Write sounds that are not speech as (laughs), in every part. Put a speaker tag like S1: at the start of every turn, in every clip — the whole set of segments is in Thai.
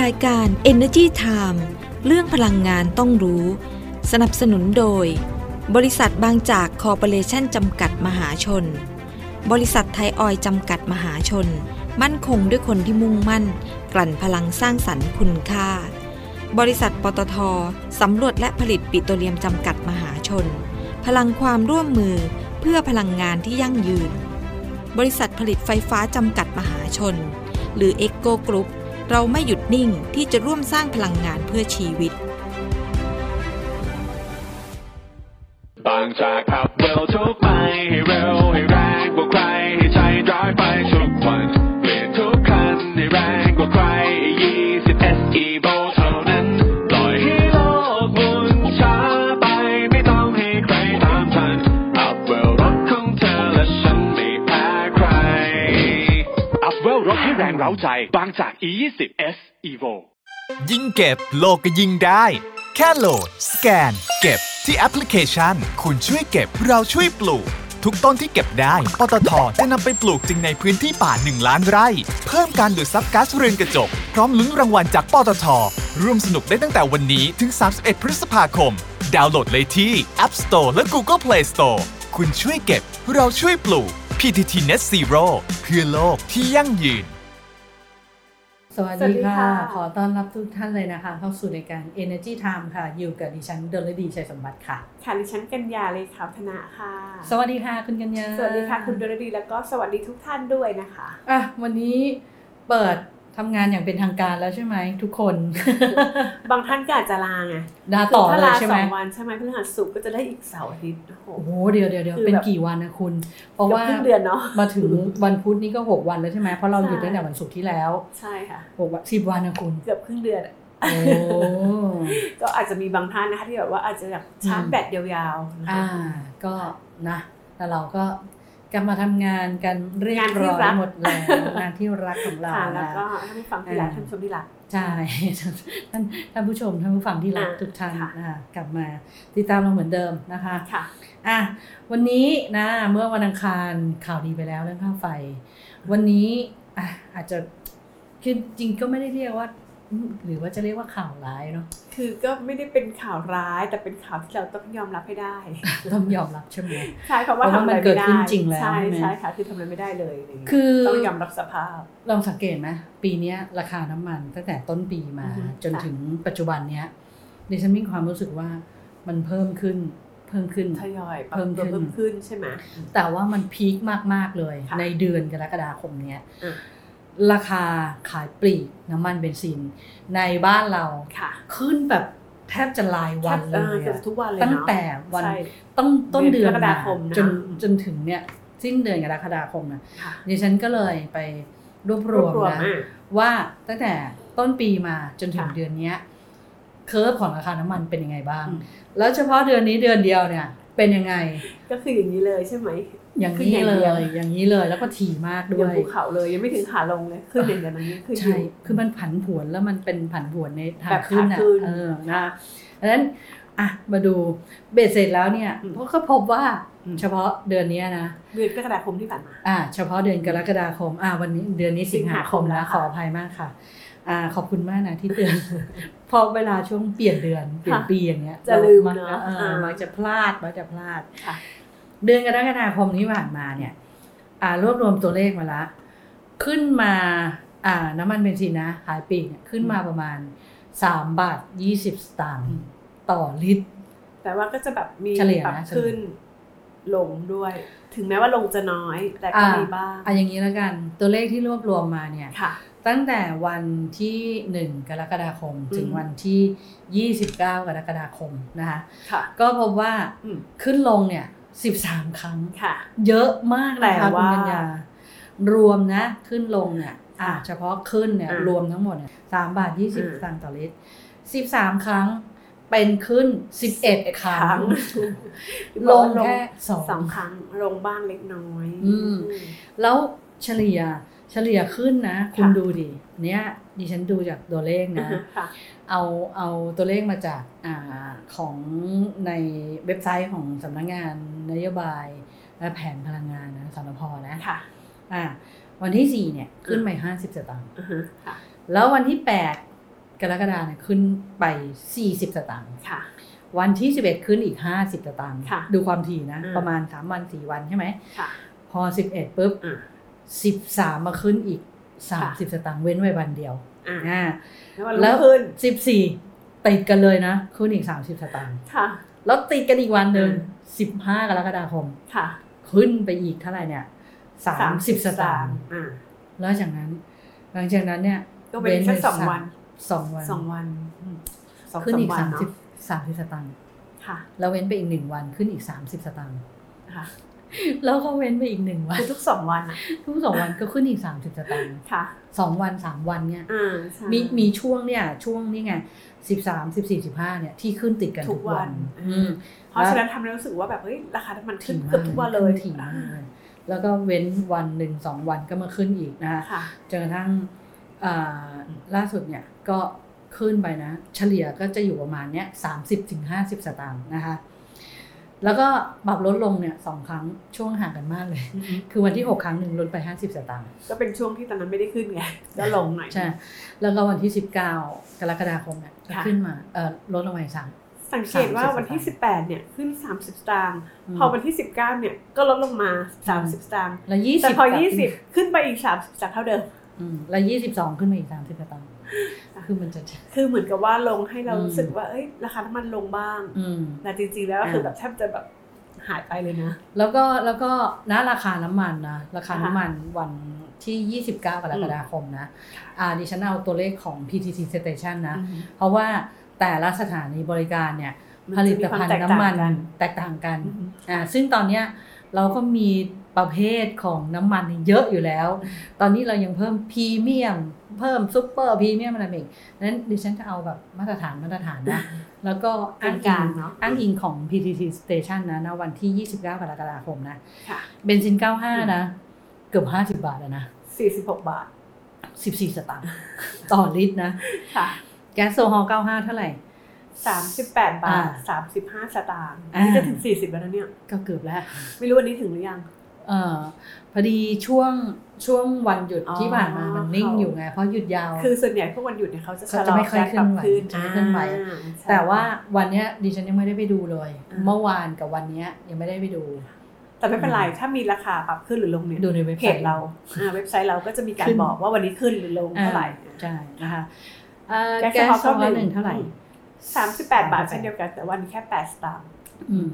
S1: รายการ Energy Time เรื่องพลังงานต้องรู้ สนับสนุนโดย บริษัทบางจากคอร์ปอเรชันจำกัดมหาชน บริษัทไทยออยล์จำกัดมหาชน มั่นคงด้วยคนที่มุ่งมั่น กลั่นพลังสร้างสรรค์คุณค่า บริษัทปตทสำรวจและผลิตปิโตรเลียมจำกัดมหาชน พลังความร่วมมือเพื่อพลังงานที่ยั่งยืน บริษัทผลิตไฟฟ้าจำกัดมหาชน หรือเอ็กโกกรุ๊ปเราไม่หยุดนิ่งที่จะร่วมสร้างพลังงานเพื่อชีวิต
S2: บางจากขับเร็วทุกไปให้เร็วให้แรงกว่าใครให้ใช้ดรายไปทุกวันเปลี่ยนทุกคันให้แรงกว่าใคร20 SE v o เท่านั้นปล่อยให้โลกหมุนช้าไปไม่ต้องให้ใครตามทันอัพเวลรถของเธอและฉันไม่แพ้ใคร อัพเวลรถให้แรงเร้าใจ บางจาก E20 S Evo
S3: ยิ่งเก็บโลกก็ยิ่งได้ แค่โหลด สแกน เก็บที่แอปพลิเคชัน คุณช่วยเก็บเราช่วยปลูก ทุกต้นที่เก็บได้ ปตทจะนำไปปลูกจริงในพื้นที่ป่า 1 ล้านไร่ เพิ่มการดูดซับก๊าซเรือนกระจก พร้อมลุ้นรางวัลจากปตท ร่วมสนุกได้ตั้งแต่วันนี้ถึง 31 พฤษภาคม ดาวน์โหลดเลยที่ App Store และ Google Play Store คุณช่วยเก็บ เราช่วยปลูก PTT Net Zero เพื่อโลกที่ยั่งยืน
S4: สวัส
S5: สวัส
S4: ดี
S5: ดี
S4: ค่ะ
S5: ค่ะ
S4: ขอต้อนรับทุกท่านเลยนะคะ เข้าสู่รายการ Energy Time ค่ะ อยู่กับดิฉันดลดีชัยสมบัติค่ะ
S5: ค่ะดิฉันกัญญาเลยค่ะธนาค่ะ
S4: สวัสดีค่ะคุณกัญญา
S5: สวัสดีค่ะคุณดนรดีแล้วก็สวัสดีทุกท่านด้วยนะคะ
S4: อ่ะวันนี้เปิดทำงานอย่างเป็นทางการแล้วใช่ไหมทุกคน
S5: (laughs) บางท่านก็อาจจะลาไง
S4: ดาต่อ
S5: ถ้า
S4: เลย
S5: ลา
S4: ใช่
S5: ส
S4: ไหม
S5: องวันใช่ไหมพฤหัสศุกร์ก็จะได้อีกเสาร์อาทิตย์โอ้โห
S4: โอ้โหเดี๋ยวเดี๋ยวเดี๋ยว
S5: คือแบบ
S4: เป็นกี่วันนะคุณ เพราะว่า
S5: เกือบครึ่งเดือนเนาะ
S4: มาถึงวันพุธนี้ก็ 6 วันแล้วใช่ไหมเพราะเราหยุด
S5: ใช่
S4: ตั้งแต่วันศุกร์ที่แล้ว
S5: ใช่ค่ะ
S4: หกวันสิบวันนะ
S5: (laughs)
S4: คุณ
S5: เกือบครึ่งเดือนอะ
S4: โอ้
S5: ก็อาจจะมีบางท่านนะคะที่แบบว่าอาจจะแบบชาร์จ
S4: อืม
S5: แบตยาวๆนะคะ
S4: อ่าก็นะ แต่เราก็กลับมาทำงานกันเรียบ
S5: งานที่
S4: ร้อ
S5: รั
S4: ย
S5: ก
S4: หมดแล้วงานที่รักของเรา
S5: ค่ะแล้ว
S4: นะ
S5: ก็ท่านผู้ฟังที่รัก
S4: อ่า
S5: ท่านผู้ชมที่รัก
S4: ใช่ท่านท่านผู้ชมท่านผู้ฟังที่รัก
S5: อ่า
S4: ทุกท่าน
S5: ค่ะ
S4: นะคะกลับมาติดตามเราเหมือนเดิมนะคะ
S5: ค่ะ
S4: อ่ะวันนี้นะเมื่อวันอังคารข่าวดีไปแล้วเรื่องค่าไฟ วันนี้อ่ะอาจจะคือจริงก็ไม่ได้เรียกว่าอืมหรือว่าจะเรียกว่าข่าวร้ายเนาะ
S5: คือก็ไม่ได้เป็นข่าวร้ายแต่เป็นข่าวที่เราต้องยอมรับให้
S4: (laughs)
S5: ได้
S4: ต้องยอมรับใช่ไหม
S5: ใช่เพราะว่า
S4: เพ
S5: ทำ
S4: ราะว่า
S5: อะไร
S4: มันเกิ
S5: ไม่
S4: ด
S5: ได้
S4: ขึ้นจริงแล้ว
S5: ใช่
S4: ใช่ไหม
S5: ใช่ค่ะคือทำอะไรไม่ได้เลยะไรย่างเงี้ย
S4: คือ
S5: ต้องยอมรับสภาพ
S4: ลองสังเกตไหมปีเนี้ยราคาน้ำมันตั้งแต่ต้นปีมา
S5: อือฮึ
S4: จน
S5: ค่ะ
S4: ถึงปัจจุบันเนี้ยดิฉันมีความรู้สึกว่ามันเพิ่มขึ้นเพิ่มขึ้น
S5: ทยอยปรับตัว
S4: เพิ่
S5: เพิ่
S4: ม
S5: ม
S4: ขึ้
S5: ขึ้
S4: น
S5: นใช่ไหม
S4: แต่ว่ามันพีคมาก ๆ เลย
S5: ค่ะ
S4: ในเดือนกรกฎาคมเนี้ย
S5: อ่ะ
S4: ราคาขายปลีกน้ำมันเบนซิน ในบ้านเรา
S5: ค่ะ
S4: ขึ้นแบบแทบจะรายวันเล
S5: ออย กือบ
S4: อะ
S5: ทุกวันเลย
S4: ตั้ง
S5: เนาะ
S4: แต่วัน
S5: ใช่
S4: ต้นต้น
S5: เดื
S4: เดือน
S5: อนกรกฎา
S4: มา
S5: คมนะ
S4: จน
S5: อืม
S4: จนถึงเนี้ยสิ้นเดือนกรกฎาคมนะ
S5: ค่ะ
S4: ดิฉันก็เลยไปรวบรวม
S5: รวม
S4: นะ
S5: อ่ะ
S4: ว่าตั้งแต่ต้นปีมาจนถึง
S5: ค่ะ
S4: เดือนเนี้ยเคอร์ฟของราคาน้ำมันเป็นยังไงบ้าง
S5: อืม
S4: แล้วเฉพาะเดือนนี้เดือนเดียวเนี่ย เป็นยังไง
S5: ก็คืออย่างนี้เลยใช่ไหม
S4: อย่าง
S5: ขึ้น
S4: นี้
S5: อย่าง
S4: เล
S5: เดียว
S4: ย อย่างนี้เลยแล้วก็ถี่มากด้
S5: ยั
S4: ว
S5: ง
S4: ย
S5: ภูเขาเลยยังไม่ถึงขาลงเลยขึ้นอย่างเดียวนี้ขึ้นอ
S4: ใช่
S5: ยู่
S4: คือมันผันผวนแล้วมันเป็นผันผวนในทาง
S5: แบบ
S4: ขึ้น
S5: ขา
S4: อ่ะ
S5: ขึ้น
S4: เออนะดังนั้นอ่ะมาดูเบ็ดเสร็จแล้วเนี่ย
S5: อืม
S4: เพราะก็พบว่า
S5: อืม
S4: เฉพาะเดือนเนี้ยนะ
S5: เดือนกรกฎาคมที่ผ่านมา
S4: อ่ะเฉพาะเดือนกรกฎาคมอ่ะวันนี้เดือนนี้สิงหาคม
S5: สิงหาคมแล้
S4: นะ
S5: ว
S4: ข
S5: ค่ะ
S4: ออภัยมากค่ะอ่าขอบคุณมากนะที่เตือน (laughs) เพราะเวลาช่วงเปลี่ยนเดือนเปลี่ยนปีอย่างเงี้ย
S5: จะลืม
S4: มัก
S5: เนอะ
S4: เออ
S5: อ่ามั
S4: มักจะพลาดมักจะพลาด
S5: ค่ะ
S4: เดือนกรกฎาคมที่ผ่านมาเนี่ยอ่ารวบรวมตัวเลขมาละ ขึ้นมาอ่าน้ำมันเบนซินนะขายปลีกเนี่ยขึ้นมาประมาณ 3 บาท 20 สตางค์
S5: อืม
S4: ต่อลิตร
S5: แต่ว่าก็จะแบบมี
S4: เฉลี่ยนะ
S5: ปรับ
S4: เฉลี่ย
S5: ขึ้นลงด้วย ถึงแม้ว่าลงจะน้อยแต่ก็มีบ้าง
S4: อ่ะอย่างนี้แล้วกันตัวเลขที่รวบรวมมาเนี่ย
S5: ค่ะ
S4: ตั้งแต่วันที่ 1 กรกฎาคม ถึง
S5: อืม
S4: วันที่ 29 กรกฎาคมนะคะ
S5: ค่ะ
S4: ก็พบว่า
S5: อืม
S4: ขึ้นลงเนี่ย 13 ครั้ง
S5: ค่ะ
S4: เยอะมากนะคะ
S5: แต่
S4: คุณ
S5: ว่า
S4: กัญญารวมนะขึ้นลงเนี่ยอ่ะเฉพาะขึ้นเนี่ย
S5: อ่ะ
S4: รวมทั้งหมดเนี่ยสามบาทยี่สิบ
S5: อ่ะ
S4: สตางค์ต่อลิตรสิบสามครั้งเป็นขึ้นสิบเอ็ดครั้ง ลงแค่สอง
S5: สองครั้งลงบ้างเล็กน้อย
S4: อืม แล้วเฉลี่ยเฉลี่ยขึ้นนะ คุณ
S5: ค่ะ
S4: ดูดิเนี่ยดิฉันดูจากตัวเลข
S5: อืม
S4: นะ
S5: ค่ะ
S4: เอาเอาตัวเลขมาจากอาของในเว็บไซต์ของสำนักงานนโยบายและแผนพลังงานนะสนพนะ
S5: ค่ะ
S4: อ่ะวันที่สี่เนี่ยขึ้นไปห้าสิบสตางค์
S5: อือฮึค่ะ
S4: แล้ววันที่แปด กรกฎาเนี่ยขึ้นไป 40 สตางค์
S5: ค่ะ
S4: วันที่ 11 ขึ้นอีก 50 สตางค์
S5: ค่ะ
S4: ดูความถี่นะ
S5: อืม
S4: ประมาณ 3 วัน 4 วันใช่ไหม
S5: ค่ะ
S4: พอ 11ปุ๊บ
S5: อ่า
S4: 13 มาขึ้นอีก
S5: ค่ะ
S4: 30 สตางค์เว้นไว้วันเดียว
S5: อ่า
S4: อ่า
S5: แล้ววัน
S4: แล้
S5: รุ่
S4: ว
S5: งขึ้น
S4: 14 ติดกันเลยนะ ขึ้นอีก 30 สตางค์
S5: ค่ะ
S4: แล้วติดกันอีกวันหนึ่ง
S5: อื
S4: 15 กรกฎาคม
S5: ค่ะ
S4: ขึ้นไปอีกเท่าไหร่เนี่ย 30 สตางค์
S5: อ่า
S4: แล้วจากนั้น หลังจากนั้นเนี่ย
S5: ก็เว้นสักสองวัน
S4: สองวัน
S5: สองวันง
S4: ขึ้นอีก
S5: วั
S4: สาม
S5: เะ
S4: สิบสามสิบสตางค์
S5: ค่ะ
S4: แล้วเว้นไปอีกหนึ่งวันขึ้นอีกสามสิบสตางค์
S5: ค่ะ
S4: แล้วก็เว้นไปอีกหนึ่งวัน
S5: คือ ทุกสองวันอะ
S4: ทุกสองวันก็ขึ้นอีกสามสิบสตางค์
S5: ค่ะ
S4: สองวันสามวันเนี่ย
S5: อ่าใช่
S4: มีมีช่วงเนี่ยช่วงนี่ไงสิบสามสิบสี่สิบห้าเนี่ยที่ขึ้นติดกัน
S5: ทุ
S4: ทุ
S5: ก
S4: ก
S5: วั
S4: วัน น
S5: อ่า
S4: อืม
S5: เพราะฉะนั้นทำให้รู้สึกว่าแบบเฮ้ยราคาน้ำมันขึ้นเกือบทุกวันเลย
S4: ขึ้ถี่มากเลยแล้วก็เว้นวันหนึ่งสองวันก็มาขึ้นอีกนะคะ
S5: ค่ะ
S4: จนกระทั่งอ่าล่าสุดเนี่ยก็ขึ้นไปนะ เฉลี่ยก็จะอยู่ประมาณเนี้ยสามสิบถึงห้าสิบสตางค์นะคะ แล้วก็ปรับลดลงเนี่ยสองครั้งช่วงห่างกันมากเลย คือวันที่หกครั้งหนึ่งลดไปห้าสิบสตางค์
S5: ก็เป็นช่วงที่ตอนนั้นไม่ได้ขึ้นไงก็ลงหน่อย
S4: ใช่แล้วก็วันที่สิบเก้ากรกฎาคมเนี่ยก็ขึ้นมาเออลดลงไปสาม
S5: สังเกตว่าวันที่
S4: 30
S5: 18 เนี่ยขึ้น 30 สตางค์
S4: ม
S5: พอวันที่ 19 เนี่ยก็ลดลงมา
S4: อืม
S5: 30 สตางค์
S4: แล้วยี่สิบ
S5: แต่พอ
S4: กับ
S5: 20 ขึ้นไปอีก 30จากเท่าเดิม
S4: อืมแล้วยี่สิบสองขึ้นมาอีกสามสิบสตางค์
S5: ค่ะ
S4: คือมันจะ
S5: คือเหมือนกับว่าลงให้เรา
S4: อืม
S5: รู้สึกว่าเอ้ยราคาน้ำมันลงบ้าง
S4: อืม
S5: แต่จริงๆแล้วก็คืออา แบบแทบจะแบบหายไปเลยนะ
S4: แล้วก็แล้วก็นะราคาน้ำมันนะราคา
S5: ค่ะ
S4: น้ำมันวันที่ 29 กรกฎาคมนะอ่าดิฉันเอาตัวเลขของ PTT Station นะ เพราะว่าแต่ละสถานีบริการเนี่ย
S5: มัน
S4: ผ
S5: จะมี
S4: ลิตภัณฑ์น้ำมัน
S5: ความ
S4: แตกต่างกัน
S5: อืม
S4: อ่าซึ่งตอนเนี้ยเราก็มีประเภทของน้ำมันเยอะอยู่แล้ว ตอนนี้เรายังเพิ่มพรีเมียม เพิ่มซุปเปอร์พรีเมียมอะไรมาอีกนั้นดิฉันจะเอาแบบมาตรฐานมาตรฐาน
S5: (laughs)
S4: นะ แล้วก็อ้าง
S5: ก
S4: อิ
S5: ลาง
S4: ง
S5: ๆเนอะ
S4: อ้างอิงของ PTT Station นะนะวันที่ 29 กรกฎาคมนะ
S5: ค่ะ
S4: เบนซิน 95 นะ เกือบ 50 บาทแล้วนะ
S5: 46 บาท
S4: 14 สตางค์ ต่อลิตรนะ
S5: ค่ะ
S4: แก๊สโซฮอล์ 95 เท่าไหร่
S5: 38 บา
S4: อ่า
S5: ท 35 สตางค์
S4: อ่า
S5: นี่จะถึง 40 แล้วนะเนี่ย
S4: ก็เกือบแล้ว
S5: ไม่รู้วันนี้ถึงหรือยัง
S4: เออพอดีช่วงช่วงวันหยุด
S5: อ๋อ
S4: ที่ผ่านมามันนิ่งอยู่ไง เพราะหยุดยาว
S5: คือส่วนใหญ่พวกวันหยุดเนี่ยเขาจะชะ
S4: เขา
S5: ล
S4: จะ
S5: อ
S4: ไม่ค่อย
S5: การปรับ
S4: ขึ้
S5: ขึ้น
S4: นไหวจะไม่ขึ้นไหว
S5: อ่าใช่
S4: แต่ว่าวันเนี้ยดิฉันยังไม่ได้ไปดูเลย
S5: อ่า
S4: เมื่อวานกับวันเนี้ยยังไม่ได้ไปดู
S5: แต่ไม่เป็นไร ถ้ามีราคาปรับขึ้นหรือลงเนี่ย
S4: ดูในเว็บ
S5: เพ
S4: ไซ
S5: จ
S4: ต์
S5: เราอ่าเว็บไซต์เราก็จะมีการ
S4: ขึ้น
S5: บอกว่าวันนี้ขึ้นหรือลงเท่าไหร่
S4: ใช่นะคะเอ่อ
S5: แก๊ส
S4: แก๊ส
S5: โซ
S4: โซ
S5: ฮอล์
S4: ฮอล์หนึ่
S5: เท่าไหร่
S4: งเท่าไหร่
S5: สามสิบแปดบาทเช่นเดียวกันแต่วันนี้แค่แปดสตางค์
S4: อืม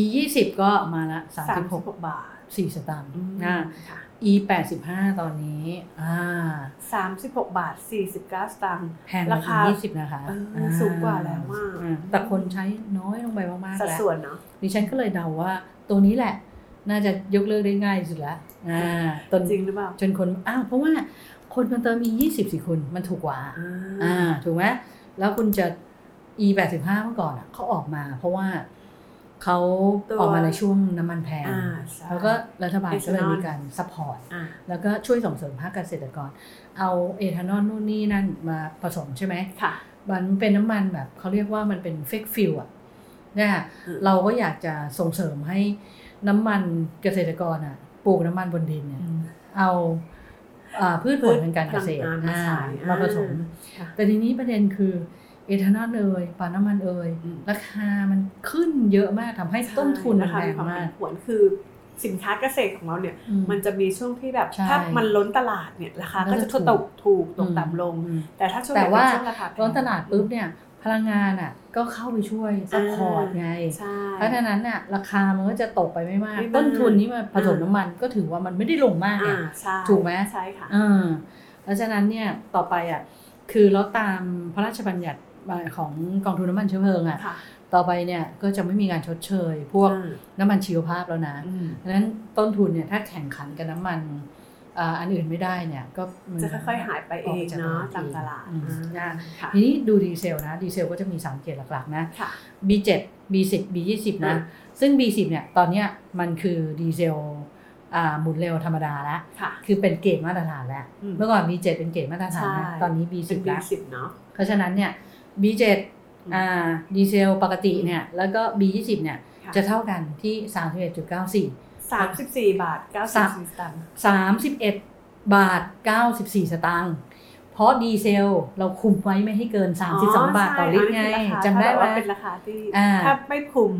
S4: e ยี่สิบก็มาละสาม
S5: สาม
S4: สิบห
S5: สิ
S4: ก
S5: บหกบาท
S4: สี่สตางค์
S5: อืม
S4: นะ
S5: ค่ะ
S4: e แปดสิบห้าตอนนี้ อ่า
S5: สามสิบหกบาทสี่สิบเก้าสตางค์
S4: แพงกว่า
S5: ราคา
S4: ยี่สิบนะคะ
S5: เอออ่
S4: า
S5: สูงกว่าแล้วอะ
S4: อ่แต่คนใช้น้อยลงไปมากๆ
S5: สัด
S4: แล้ว
S5: ส่วนเนาะ
S4: ดิฉันก็เลยเดาว่า ตัวนี้แหละ น่าจะยกเลิกได้ง่ายสุดละอ่าตน
S5: จริงหรือเปล่า
S4: จนคนอ้าวเพราะว่าคนมันเติม e ยี่สิบสิคุณมันถูกกว่า
S5: อ่า
S4: อ่าถูกไหมแล้วคุณจะ e 8 5เมื่อก่อนอ่ะเขาออกมา เพราะว่าเขาออกมาในช่วงน้ำมันแพง
S5: อ่าใช่
S4: แล้วก็รัฐบาล
S5: Ethanol
S4: ก็เลยมีการซัพพอร์ต
S5: อ่า
S4: แล้วก็ช่วยส่งเสริมภาคเกษตรกร เอาเอทานอลนู่นนี่นั่นมาผสมใช่ไหม
S5: ค่ะ
S4: มันเป็นน้ำมันแบบเขาเรียกว่ามันเป็นเฟกฟิลอ่ะเนี่ย
S5: อืม
S4: เราก็อยากจะส่งเสริมให้น้ำมันเกษตรกรอ่ะปลูกน้ำมันบนดินเนี่ย เอาอ่าพืชผลทางการเกษตร
S5: พืชผลทางการเกษตร
S4: อ่า
S5: อ่าม
S4: มาผสม
S5: ค่ะ
S4: แต่ทีนี้ประเด็นคือเอทานอลเอยปาล์มน้ำมันเอย
S5: อืม
S4: ราคามันขึ้นเยอะมากทำให้ต้นทุนมัน
S5: ใช่
S4: แพง
S5: ะคะคว
S4: มาก
S5: ผันผวนคือสินค้าเกษตรของเราเนี่ย
S4: อืม
S5: มันจะมีช่วงที่แบบ
S4: ใช่
S5: ถ้ามันล้นตลาดเนี่ยราคาก็จะ
S4: มันก็จะ
S5: ต
S4: ถู
S5: ก
S4: ก
S5: ถูกตกต่ำลง
S4: อืม
S5: แต่ถ้าช่วง
S4: แต่
S5: ไหน
S4: ว่า
S5: เป็นช่วงราคาแพง
S4: ร้อนตลาดปุ๊บเนี่ย พลังงานอ่ะ ก็เข้าไปช่วยซัพพอร์ตไง
S5: ใช่
S4: เพราะฉะนั้นน่ะราคามันก็จะตกไปไม่มาก
S5: ไม่มาก
S4: ต้นทุนนี้มาผสมน้ำมันก็ถือว่ามันไม่ได้ลงมากไง
S5: อ่าใช่
S4: ถูกไหม
S5: ใช่ค่ะ
S4: อ่าเพราะฉะนั้นเนี่ยต่อไปอ่ะคือเราตามพระราชบัญญัติของกองทุนน้ำมันเชื้อเพลิงอ่ะ
S5: ค่ะ
S4: ต่อไปเนี่ยก็จะไม่มีการชดเชย พวก
S5: อ่า
S4: น้ำมันชีวภาพแล้วนะ
S5: อืม
S4: เพราะฉะนั้นต้นทุนเนี่ยถ้าแข่งขันกับน้ำมันอ่าอันอื่นไม่ได้เนี่ยก็มัน
S5: จะค่อยๆหายไปเองเนาะ
S4: ออกจากตลาด
S5: ตามตลาด
S4: อืม
S5: อ่าค่ะ
S4: ทีนี้ดูดีเซลนะ ดีเซลก็จะมี 3 เกรดหลักๆนะ
S5: ค่ะ
S4: B7 B10 B20 นะ
S5: อ่า
S4: ซึ่ง B10 เนี่ยตอนเนี้ยมันคือดีเซลอ่าหมุนเร็วธรรมดาแล้ว
S5: ค่ะ
S4: คือเป็นเกรดมาตรฐานแล้ว
S5: อืม
S4: เมื่อก่อน B7 เป็นเกรดมาตรฐานนะ
S5: ใช่
S4: ตอนนี้
S5: เป็น
S4: B10 แล้ว
S5: B10 เนาะ
S4: เพราะฉะนั้นเนี่ย B7
S5: ม
S4: อ่าดีเซลปกติเนี่ยแล้วก็ B20 เนี่ย
S5: ค่ะ
S4: จะเท่ากันที่ 31.94
S5: สามสิบสี่บาทเก้าสิบสี่สตางค์
S4: 31 บาท 94 สตางค์ พ ราะดีเซลเราคุมไว้ไม่ให้เกิน 32 บาทต่อลิตรไงจำได้ไหม
S5: ว่าเป็นราคาที่
S4: อ่า
S5: ถ้าไม่คุม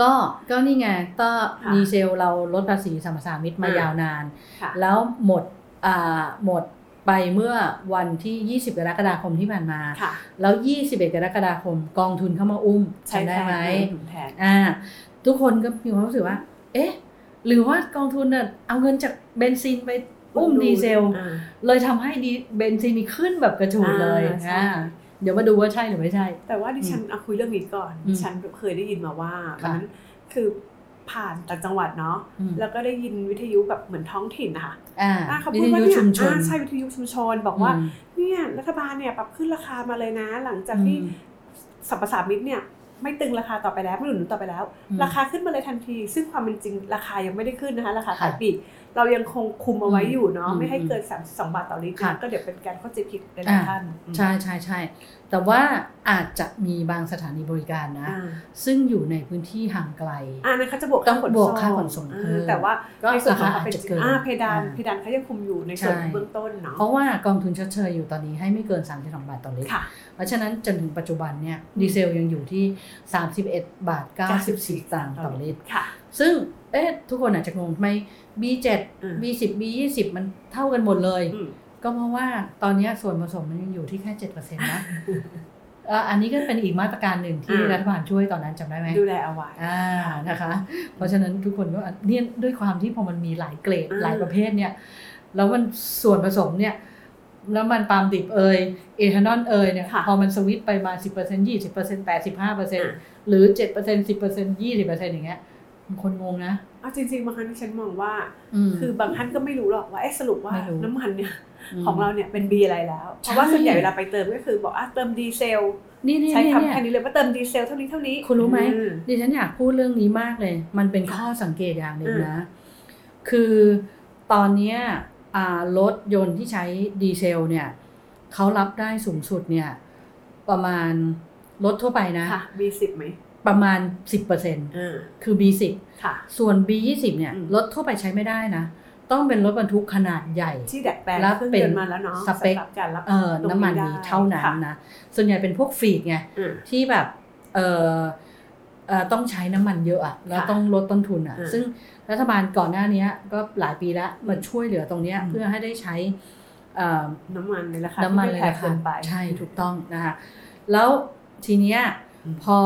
S4: ก็ก็นี่ไงก็
S5: ค่ะ
S4: ดีเซลเราลดภาษีสรรพสามิตมา
S5: อืม
S4: ยาวนาน
S5: ค่ะ
S4: แล้วหมดอ่าหมดไปเมื่อวันที่ 20 กรกฎาคมที่ผ่านมา
S5: ค่ะ
S4: แล้ว 21 กรกฎาคมกองทุนเข้ามาอุ้มจำได้ไหม
S5: แทนเงินหนุนแทน
S4: อ่าทุกคนก็มีความรู้สึกว่า เอ๊ะ หรือว่ากองทุนน่ะเอาเงินจากเบนซินไปอุ้มดีเซล เลยทำให้ดีเบนซินนี่ขึ้นแบบกระฉูดเลย
S5: อ่าใช่
S4: อ่าเดี๋ยวมาดูว่าใช่หรือไม่ใช่
S5: แต่ว่าดิฉันเอาคุยเรื่องนี้ก่อน
S4: อืม
S5: ดิฉันเคยได้ยินมาว่า
S4: ค่ะ
S5: มันคือผ่านต่างจังหวัดเนาะ
S4: อืม
S5: แล้วก็ได้ยินวิทยุแบบเหมือนท้องถิ่นนะคะ
S4: อ่า
S5: อ่าเขา
S4: วิ
S5: พูด
S4: ท
S5: ว่า
S4: ยุ
S5: เนี่ย
S4: ชุมชน
S5: อ่าใช่วิทยุชุมชนบอกว่า
S4: อืม
S5: เนี่ยรัฐบาลเนี่ยปรับขึ้นราคามาเลยนะ หลังจากที่
S4: อืม
S5: สรรพสามิตเนี่ยไม่ตึงราคาต่อไปแล้วไม่หนุนต่อไปแล้ว
S4: อืม
S5: ราคาขึ้นมาเลยทันที ซึ่งความเป็นจริงราคายังไม่ได้ขึ้นนะคะราคา
S4: ค่ะ
S5: ขายปลีกเรายังคงคุมเอาไว้อยู่เนาะ
S4: อืม
S5: ไม่ให้เกิน32บาทต่อลิตร
S4: ค่ะ
S5: นะก็เดี๋ยวเป็นการเข้าใจผิดในหลายท่านอืม
S4: ใช่ใช่ใช่แต่ว่าอาจจะมีบางสถานีบริการนะ
S5: อ่า
S4: ซึ่งอยู่ในพื้นที่ห่างไกล
S5: อ่านะเขาจะบวก
S4: ต้องบวกค่าขนส่ง
S5: อ่า
S4: เพิ่ม
S5: แต่ว่า
S4: ก็
S5: ในส่วนของ
S4: ราคาอาจจะเกิน
S5: อ่าเพดาน
S4: อ่า
S5: เพดานเขายังคุมอยู่ในส่วน
S4: ใช่
S5: เบื้องต้นเนาะ
S4: เพราะว่ากองทุนชดเชยอยู่ตอนนี้ให้ไม่เกิน 32 บาทต่อลิตร
S5: ค่ะ
S4: เพราะฉะนั้นจนถึงปัจจุบันเนี่ยดีเซลยังอยู่ที่ 31 บาท 94ตังค์ต่อลิตร
S5: ค่ะ
S4: ซึ่งเอ๊ะทุกคนอาจจะงงทำไม B7
S5: อืม
S4: B10 B20 มันเท่ากันหมดเลย
S5: อืม
S4: ก็เพราะว่าตอนเนี้ยส่วนผสมมันยังอยู่ที่แค่7%นะ
S5: (laughs)
S4: เอ่ออันนี้ก็เป็นอีกมาตรการหนึ่งที่
S5: อ่า
S4: รัฐบาลช่วยตอนนั้นจำได้ไหม
S5: ดูแลเอาไว้
S4: อ่านะคะ เพราะฉะนั้นทุกคนก็อ่ะเนี่ยด้วยความที่พอมันมีหลายเกรดหลายประเภทเนี่ยแล้วมันส่วนผสมเนี่ยน้ำมันปาล์มดิบเอยเอทานอลเอยเนี่ย
S5: ค่ะ
S4: พอมันสวิตช์ไปมา 10% 20%
S5: า
S4: 85%หรือ 7% 10% 20%อย่างเงี้ยมันคนงงนะ
S5: เอาจริงๆบางครั้งที่ฉันมองว่า
S4: ม
S5: คือบางท่านก็ไม่รู้หรอกว่าเอ๊ะสรุปว่า
S4: ไม่รู้
S5: น้ำมันเนี่ย
S4: ม
S5: ของเราเนี่ยเป็น B อะไรแล้ว
S4: ใช่
S5: เพราะว่าส่วนใหญ่เวลาไปเติมก็คือบอกอ่ะเติมดีเซล
S4: นี่นี่
S5: ใช้
S4: นี่
S5: คำ
S4: เนี่
S5: แค่
S4: ย
S5: นี้เลยว่าเติมดีเซลเท่านี้เท่านี้
S4: คุณรู้ไหม
S5: อื
S4: ดิฉันอยากพูดเรื่องนี้มากเลย มันเป็นข้อสังเกตอย่างหนึ่งนะ คือตอนเนี้ยอ่ารถยนต์ที่ใช้ดีเซลเนี่ยเขารับได้สูงสุดเนี่ยประมาณรถทั่วไปนะ
S5: ค่ะ B10 ไหม
S4: ประมาณ 10%
S5: อ่า
S4: คือ B10
S5: ค่ะ
S4: ส่วน B20 เนี่ย
S5: อืม
S4: รถทั่วไปใช้ไม่ได้นะ ต้องเป็นรถบรรทุกขนาดใหญ่
S5: ที่ดัดแปลง
S4: แล้ว
S5: เครื่อง
S4: เป็น
S5: ยนต์มาแล้วเนาะ
S4: สเปค
S5: สำหรับการรับ
S4: เอ่อน้ำมันนี้เท่านั้นนะ ส่วนใหญ่เป็นพวกฟีดไง
S5: อืม
S4: ที่แบบเออเออต้องใช้น้ำมันเยอะอะแล้วต้องลดต้นทุนอะ
S5: อืม
S4: ซึ่งรัฐบาลก่อนหน้าเนี้ยก็หลายปีแล้วมาช่วยเหลือตรงเนี้ย
S5: อืม
S4: เพื่อให้ได้ใช้เอ่อ
S5: น้ำมันในราคา
S4: น้ำมัน
S5: ที่
S4: เลยนะ
S5: ไแพงเกิ
S4: คะ
S5: นไป
S4: ใช่ถูกต้องนะคะแล้วทีเนี้ย
S5: อืม
S4: พอ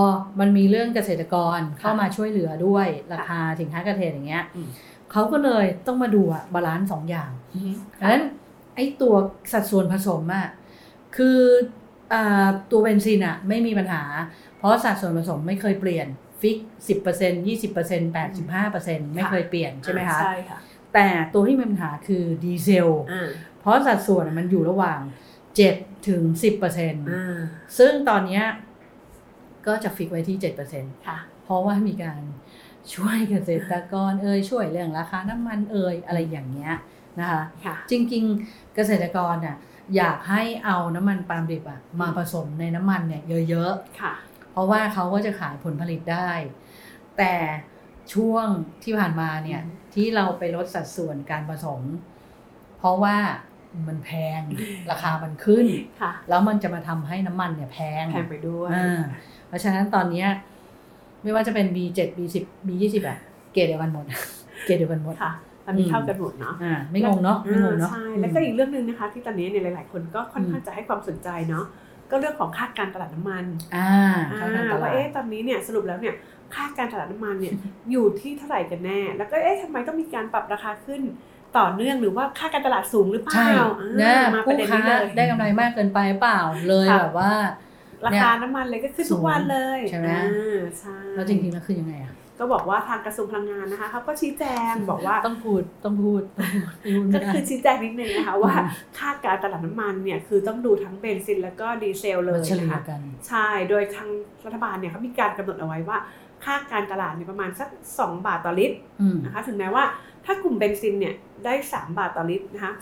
S4: มันมีเรื่องเกษตรกรเข้ามาช่วยเหลือด้วยราคาสินค้าเกษตรอย่างเงี้ย
S5: อืม
S4: เขาก็เลยต้องมาดูอะบาลานซ์สองอย่าง
S5: อืม
S4: ดังนั้นไอ้ตัวสัดส่วนผสมอะคืออาตัวเบนซินอะไม่มีปัญหา เพราะสัดส่วนผสมไม่เคยเปลี่ยนฟิก 10% 20% 85%ไม่เคยเปลี่ยนใช่ไหมคะ
S5: ใช่ค่ะ
S4: แต่ตัวที่มีปัญหาคือดีเซล
S5: อ่า
S4: เพราะสัดส่วนมันอยู่ระหว่าง 7 ถึง 10%ซึ่งตอนเนี้ยก็จะฟิกไว้ที่ 7%
S5: ค่ะ
S4: เพราะว่ามีการช่วยเกษตรกรเอ่ยช่วยเรื่องราคาน้ำมันเอ่ยอะไรอย่างเงี้ยนะคะ
S5: ค่ะ
S4: จริงๆเกษตรกรน่ะอยากให้เอาน้ำมันปาล์มดิบอะมาผสมในน้ำมันเนี่ยเยอะ
S5: ค่ะ
S4: ๆ เพราะว่าเขาก็จะขายผลผลิตได้ แต่ช่วงที่ผ่านมาเนี่ย
S5: อืม
S4: ที่เราไปลดสัดส่วนการผสม เพราะว่ามันแพงราคามันขึ้น
S5: ค่ะ
S4: แล้วมันจะมาทำให้น้ำมันเนี่ยแพง
S5: แพงไปด้วย
S4: อ่าเพราะฉะนั้นตอนเนี้ยไม่ว่าจะเป็น B7 B10 B20 อะเกรดเดียวกันหมด เกรดเดียวกันหมด
S5: ค่ะมันมีเท่ากันหมดเนาะ
S4: อ่าไม่งงเนาะไม่งงเนาะ
S5: อ่ใช่ แล้วก็อีกเรื่องหนึ่งนะคะ ที่ตอนนี้เนี่ยหลาย ๆ คนก็ค่อนข้างจะให้ความสนใจเนาะ ก็เรื่องของค่าการตลาดน้ำมัน
S4: อ่าเข้าทางต
S5: อ่า
S4: ลา
S5: ว่า
S4: ด
S5: เอ๊ะตอนนี้เนี่ยสรุปแล้วเนี่ยค่าการตลาดน้ำมัน
S4: (laughs)
S5: เนี่ยอยู่ที่เท่าไหร่กันแน่ แล้วก็เอ๊ะทำไมต้องมีการปรับราคาขึ้นต่อเนื่องหรือว่าค่าการตลาดสูงหรือเปล่า
S4: ใช่
S5: อ่า
S4: นะ
S5: มาป
S4: ผู้
S5: ระเด็น
S4: ค้า
S5: นี้เลย
S4: ได้กำไรมากเกินไปเปล่าเลย
S5: ค่ะ
S4: แบบว่า
S5: ราคาน้ำมันเลยก็ขึ้นทุกวันเลย
S4: ใช่ไหม
S5: อ่าใช่
S4: แล้วจริงๆแล้วคือยังไงอ่ะ
S5: ก็บอกว่าทางกระทรวงพลังงานนะคะเขาก็ชี้แจงบอกว่า
S4: ต้องพูดต้องพูดต้องพูดไม่พูด
S5: ก็
S4: ไม่ได้
S5: คือชี้แจงนิดนึงนะคะว่า
S4: อืม
S5: ค่าการตลาดน้ำมันเนี่ยคือต้องดูทั้งเบนซินแล้วก็ดีเซลเล
S4: มั
S5: ย
S4: นเฉ
S5: นะ
S4: ลี่ย
S5: คะ
S4: กัน
S5: ใช่ โดยทางรัฐบาลเนี่ยเขามีการกำหนดเอาไว้ว่า ค่าการตลาดเนี่ยประมาณสัก 2 บาทต่อลิตร
S4: อืม
S5: นะคะถึงแม้ว่าถ้ากลุ่มเบนซินเนี่ยได้ 3 บาทต่อลิตรนะคะ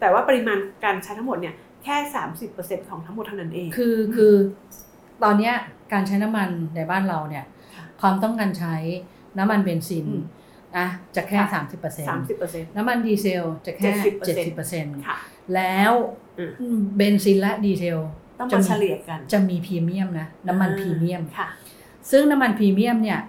S5: แต่ว่าปริมาณการใช้ทั้งหมดเนี่ยแค่ 30%ของทั้งหมดเท่านั้นเอง
S4: คือคือตอนเนี้ยการใช้น้ำมันในบ้านเราเนี่ย
S5: ค่ะ
S4: ความต้องการใช้น้ำมันเบนซิน
S5: อืม
S4: อ่ะจะแค่
S5: ค่ะ
S4: 30เปอร์เซ็น
S5: สามสิ
S4: ต์
S5: บเปอร์เซ็นต์
S4: น้ำมันดีเซลจะแค่ 70เปอร์เซ็น
S5: 70%
S4: ต์
S5: ค่ะ
S4: แล้ว
S5: อืม
S4: เบนซินและดีเซล
S5: ต้อง
S4: จะ
S5: มา
S4: มี
S5: เฉลี่ยกัน
S4: จะมีพรีเมียมนะ น้ำมันพรีเมียม
S5: ค่ะ
S4: ซึ่งน้ำมันพรีเมียมเนี่ย